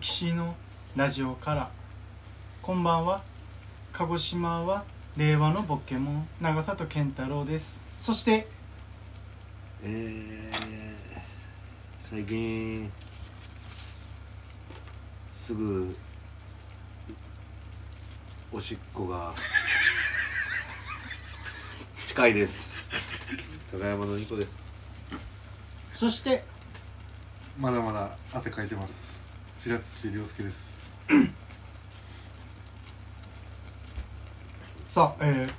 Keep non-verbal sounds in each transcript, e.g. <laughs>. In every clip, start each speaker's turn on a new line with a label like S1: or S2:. S1: しのラジオからこんばんは鹿児島は令和のボケモン長里健太郎ですそして
S2: えー、最近すぐおしっこが近いです高山のりこです
S1: そして
S3: まだまだ汗かいてます白土亮介です
S1: さあえー、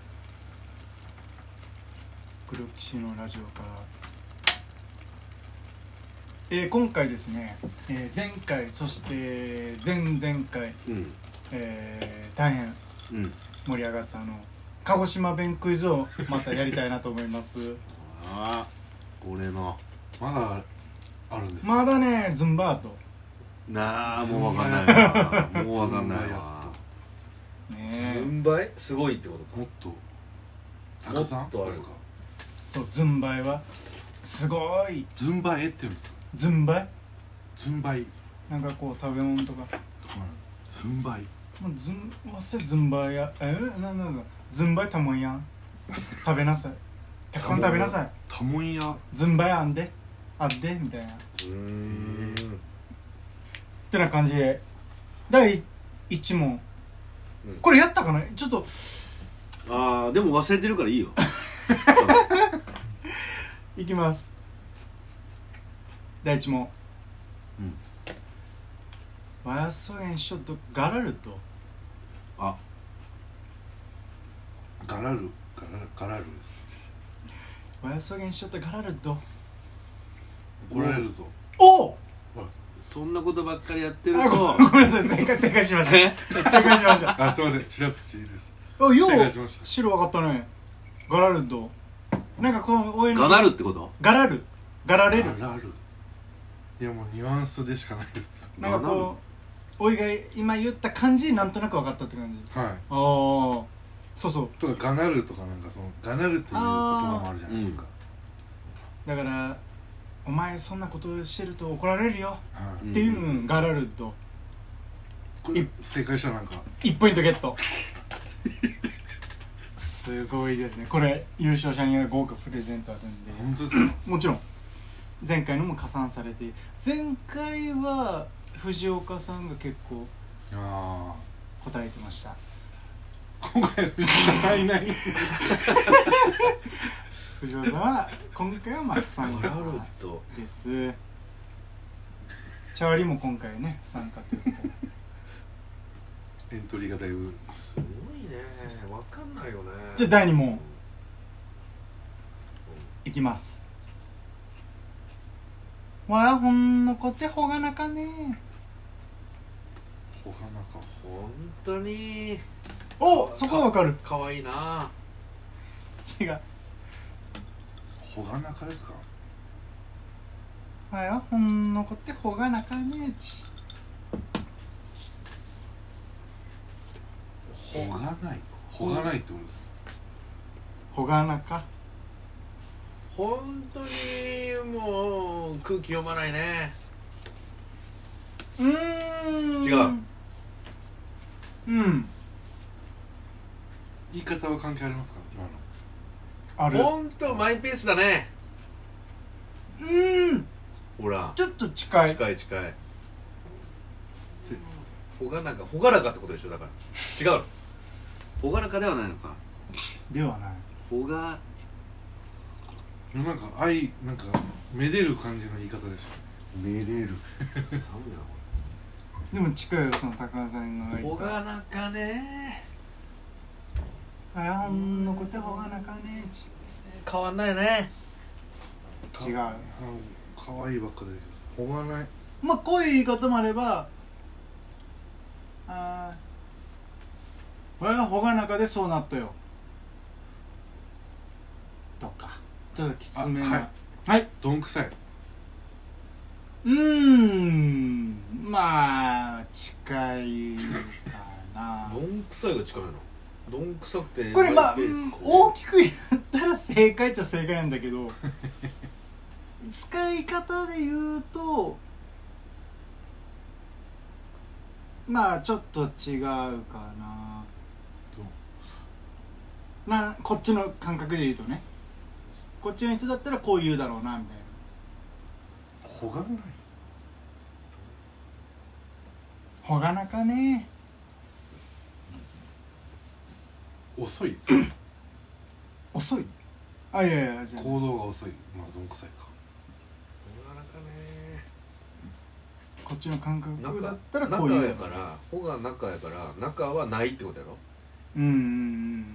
S1: 黒騎士のラジオから、えー今回ですね、えー前回そして前々回、
S2: うん
S1: えー大変
S2: うん
S1: 盛り上がったあの鹿児島弁クイズをまたやりたいなと思います <laughs>
S2: ああ俺の
S3: まだあるんです
S1: まだねズンバート
S2: なあもうわかんないわもうわかんない
S3: ズンバ
S2: わ
S1: ね
S4: 寸倍すごいってことか
S3: もっとたくさ
S4: も
S3: ん
S4: っとある
S3: ですか
S1: そうズンバイはすごい
S3: ズンバエって言うんですか
S1: ズンバイ
S3: ズンバイ
S1: なんかこう食べ物とか
S3: ズンバイ
S1: もうずん、わっせずんばいや、え、なんなんだ、ずんばいたもんやん。食べなさい。たくさん食べなさい。
S3: タモン屋
S1: ずんばいあんで、あんでみたいな。っ
S4: うーん
S1: てな感じで。第一問
S4: うん。
S1: これやったかな、ちょっと、
S2: ああでも忘れてるからいいよ
S1: いきます。第一問。
S2: うん。
S1: わやそえんしょと、がらると。
S2: あ
S3: ガラルガラルガラルです
S1: わやそえんしょと、がらると。
S3: 怒られるぞ
S1: おお。
S2: そんなことばっかりやってると
S1: あごごめんなさい、正解、正解しまし
S2: え
S1: た。 <laughs> 正解しました。
S3: あすいません白土です
S1: あ、よ
S3: 正解し
S1: う。
S3: ました
S1: 白分かったね。ガラルド。なんかこの応援
S2: がなるってこと
S1: ガラルガラレル
S3: ガラルいやもうニュアンスでしかないです
S1: なんかこうおいが今言った感じなんとなく分かったって感じ
S3: は
S1: ああそうそう
S3: いとかガナルとかなんかそのガナルっていう言葉もあるじゃないですか、
S1: だからお前そんなことしてると怒られるよ
S3: は
S2: う
S3: い
S2: ん
S1: っていう、うん、ガラルド
S3: これ正解したらなんか
S1: 1ポイントゲッ <laughs> トすごいですねこれ優勝者には豪華プレゼントあるんで
S3: 本当ですか
S1: もちろん前回のも加算されて前回は藤岡さんが結構
S3: あ
S1: 答えてました
S3: あ今回は失いない
S1: 藤岡さんは今回は松さん
S2: ガ
S1: が
S2: ラルと
S1: ですチャーリーも今回ね不参加ということで
S3: エントリーがだいぶ
S4: すごいね
S1: そうそ
S4: わかんないよね
S1: じゃあ第2問いきますわあほんのこてほがなかね
S3: お花か
S4: 本当に
S1: おそこはわかる
S4: 可愛いな
S1: 違う
S3: ほがなかですか
S1: わあほんのこてほがなかねち
S3: ほがないほがないってことです
S1: ほがなか
S4: 本当にもう空気読まないね
S1: うーん
S2: 違う
S1: うん
S3: 言い方は関係ありますか今の
S1: ある
S4: 本当マイペースだね
S1: うーん
S2: ほら
S1: ちょっと近い
S2: 近い近いほがなんかほがらかってことでしょだから違うのほがらかではないのか
S1: ではない
S2: ほが
S3: でもなんか愛なんかめでる感じの言い方でした
S2: め
S1: <laughs>
S2: れる寒い
S1: でも近いよその高田さんが
S4: な
S1: 言
S4: ほ
S1: った
S4: がなかね
S1: わあほんのこてほがなかねち
S4: 変わんないね
S3: か
S1: 違う
S3: あの可愛いばっかでほがない
S1: まあこういう言い方もあればあー俺はほがなかでそうなったよとかちょっときつめな
S3: あ
S1: はい
S3: は、どんくさいう
S1: ーんまあ近いか
S4: <laughs>
S1: な
S4: どんくさいが近いのどんくさくて
S1: これまあ、
S4: マイペ
S1: う
S4: ー
S1: ん
S4: ス
S1: 大きく言ったら正解っちゃ正解なんだけど使い方で言うとまあちょっと違うかなまあこっちの感覚で言うとねこっちの人だったらこう言うだろうなみたいな
S3: ほがない
S1: ほがなかね
S3: 遅 <coughs> いです
S1: 遅いあいやいやじゃあ
S3: 行動が遅いまあどんくさいか
S4: なかなかね
S1: こっちの感覚だったらこう
S4: 中
S1: 言う
S4: やから「ほ」が中やから中はないってことやろ
S1: うんうんうん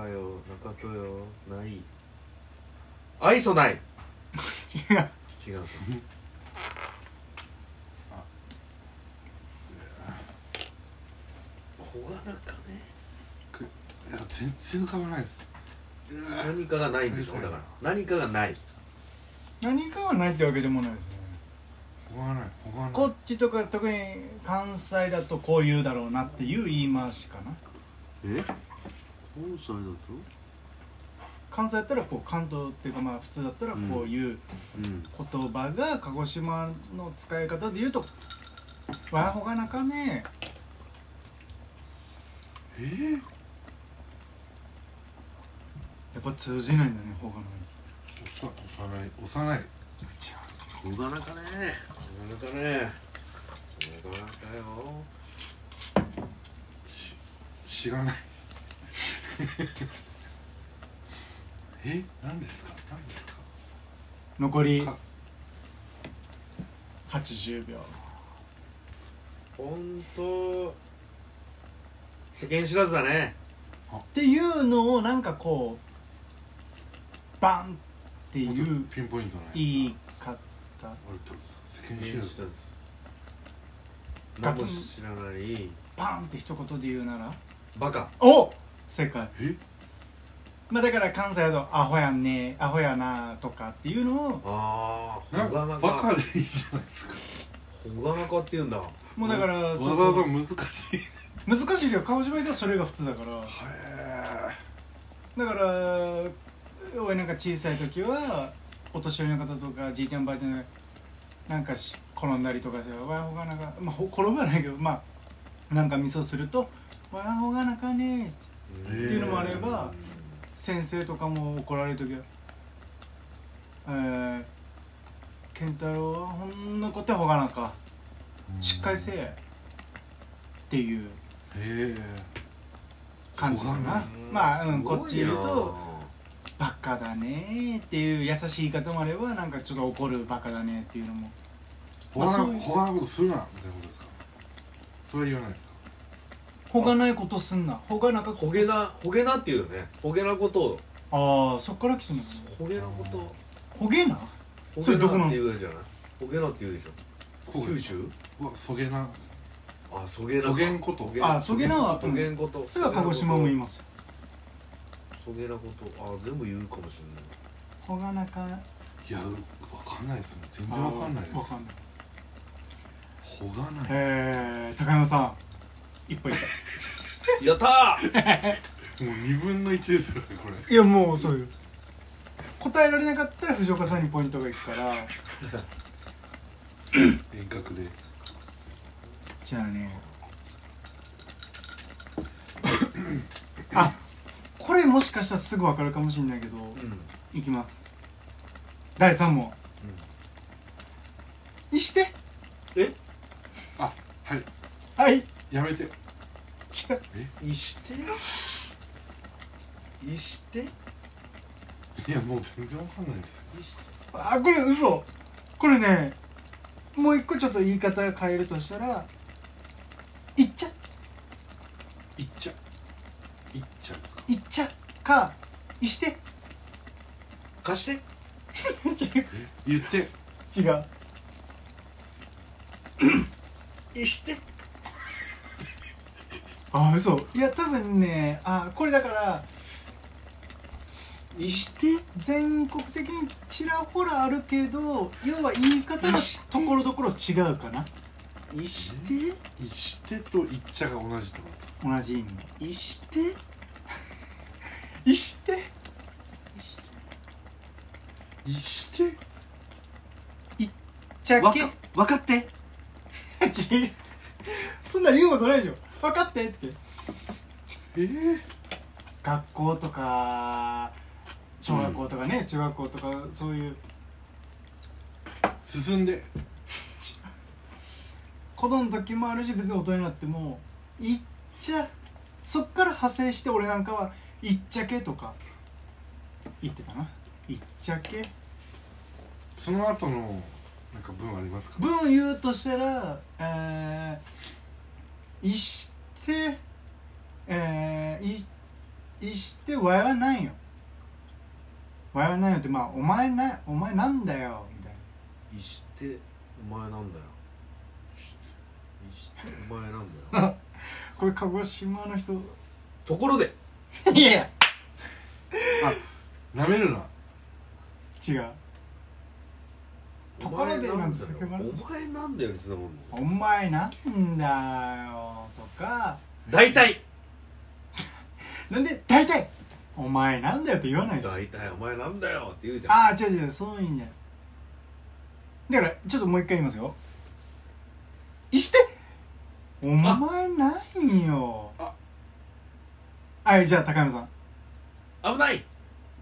S4: 中よ中とよない愛想ない
S1: 違う
S4: 違うほがなかね
S3: いや全然浮かばないです
S4: 何かがないんでしょだから何かがない
S1: 何かはないってわけでもないですね
S3: ほがないほがない
S1: こっちとか特に関西だとこう言うだろうなっていう言い回しかな
S2: え関西だと
S1: 関西だったらこう関東っていうかまあ普通だったらこういう
S2: うん
S1: 言葉が鹿児島の使い方で言うと「わほがなかね
S3: えー、
S1: やっぱ通じないんだねほがない
S3: おさ幼い幼い
S4: ほがなかねほがなかねほがなかよ
S3: 知らない <laughs> え何ですか何ですか
S1: 残り
S3: か
S1: 80秒
S4: ほんと世間知らずだね
S1: っていうのをなんかこうバンってい
S3: もっと
S1: う
S3: ピンポイントのやつ
S1: 言い方
S3: 俺と世間知らず
S4: 何も知らない
S1: バンって一言で言うなら
S4: バカ
S1: お正解
S3: え
S1: まあだから関西だと「アホやんねアホやな」とかっていうのを
S4: ああ
S3: なん
S4: ほがな
S3: か
S4: か
S3: バカでいいじゃないですか
S4: ほがなかって言うんだ
S1: もうだから
S3: わざ
S1: そう
S3: わ
S1: そ
S3: ざ
S1: う
S3: 難しいへ
S1: 難しいけど鹿児島行ったらそれが普通だから
S3: え
S1: だから俺なんか小さい時はお年寄りの方とかじいちゃんばあちゃんがなんかし転んだりとかして「わやほがなか」まあほ転ばないけどまあなんかミスをすると「わやほがなかね」
S3: っていう
S1: のもあれば先生とかも怒られる時は「えー、健太郎はほんのことはほがなかしっかりせえ」っていう
S3: へ
S1: 感じか
S3: ほがな
S1: なまあ、うん、
S4: すごい
S1: こっち言うと
S4: な
S1: バカだねーっていう優しい言い方もあればなんかちょっと怒るバカだねっていうのも
S3: え
S1: まあ
S3: 他
S1: そうい
S3: の
S1: う
S3: 他のことするなみたいなことですかそれは言わないですか
S1: ほがないことすんなほがなか
S4: ほげなほげなっていうよねほげなことを
S1: ああそっから来てんのかな
S4: ほげなこと
S1: ほげな
S4: ほ
S1: それ
S4: げ
S1: どこな
S4: なんっ
S1: で
S4: て
S1: す
S4: 言うじゃないほげなって言うでしょ
S3: こう
S4: 九
S3: です
S4: 州
S3: うわそげな
S4: あそげなか
S3: そげんこと
S1: あそげなは
S4: そげんこと
S1: それは鹿児島も言いますよ
S4: そげなことあ全部言うかもしれない
S1: ほがなか
S3: いやわかんないですね全然わかんないです
S1: わかんない
S3: ほがない
S1: えー、高山さん一歩いっ
S4: やったー
S3: もう2分の1ですよねこれ
S1: たいやもうそうよ答えられなかったら藤岡さんにポイントがいくから
S3: 遠隔で
S1: じゃあねあこれもしかしたらすぐ分かるかもしれないけど
S4: うん
S1: いきます第3問、にして
S4: え
S3: あはい
S1: はい違
S3: やめて
S1: う
S4: いしていして
S3: いやもう全然わかんないですよ
S4: いして
S1: あこれ嘘これねもう一個ちょっと言い方変えるとしたら「いっちゃ
S3: いっちゃいっちゃですか
S1: いっちゃ」か「いして <laughs>
S4: 貸して」
S1: 違う
S3: え言って
S1: 違う
S4: いして
S1: あ嘘いや多分ねあこれだから
S4: いして
S1: 全国的にちらほらあるけど要は言い方がところどころ違うかない
S4: して
S3: いしてといっちゃが同じってこ
S1: 同じ意味
S4: いして
S1: 「いして」
S3: といして
S1: 「じゃ
S4: わ
S1: け <laughs>
S4: か」分かって
S1: ちそんな言うことないでしょ分かってって
S3: ええ
S1: 学校とか小学校とかね、中学校とかそういう
S3: 進んで
S1: 子供の時もあるし別に大人になってもいっちゃそっから派生して俺なんかはいっちゃけとか言ってたないっちゃけ
S3: その後のなんか文ありますか
S1: 文言うとしたらえー、いしてえー、いいしてわいはないよわいはないよってまあお前なお前なんだよみたいな
S4: 「いしてお前なんだよ」「いしてお前なんだよ <laughs>
S1: これ鹿児島の人」
S4: ところで
S1: いやいや
S3: なめるな
S1: 違うところで
S4: お
S1: な
S4: 前なんん
S1: て
S4: だ
S1: 叫
S4: よ
S1: ばれる
S4: お前なんだよ」につながる
S1: 「
S4: の
S1: お前なんだよ」とか
S2: 大体
S1: なんで大体「お前なんだよ」って言わないじゃん
S2: 大体お前なんだよって言うじゃん
S1: ああ違う違うそういうんじゃないだからちょっともう一回言いますよいしてお前なんよ
S3: あ
S1: はいじゃあ高山
S2: 危ない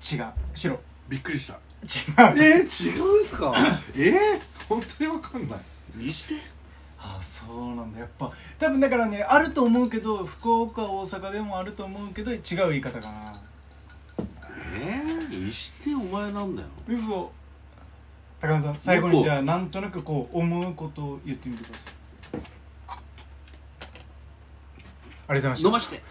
S1: さん違う白
S3: びっくりした
S1: 違う
S3: えー、違うん
S4: <coughs>
S3: すかえー、本当にわかんない
S2: にして
S1: ああそうなんだやっぱ多分だからねあると思うけど福岡大阪でもあると思うけど違う言い方かな
S2: えー、にしてお前なんだよ
S1: 嘘高山さん最後にじゃあなんとなくこう思うことを言ってみてくださいありがとうございました
S2: 飲まして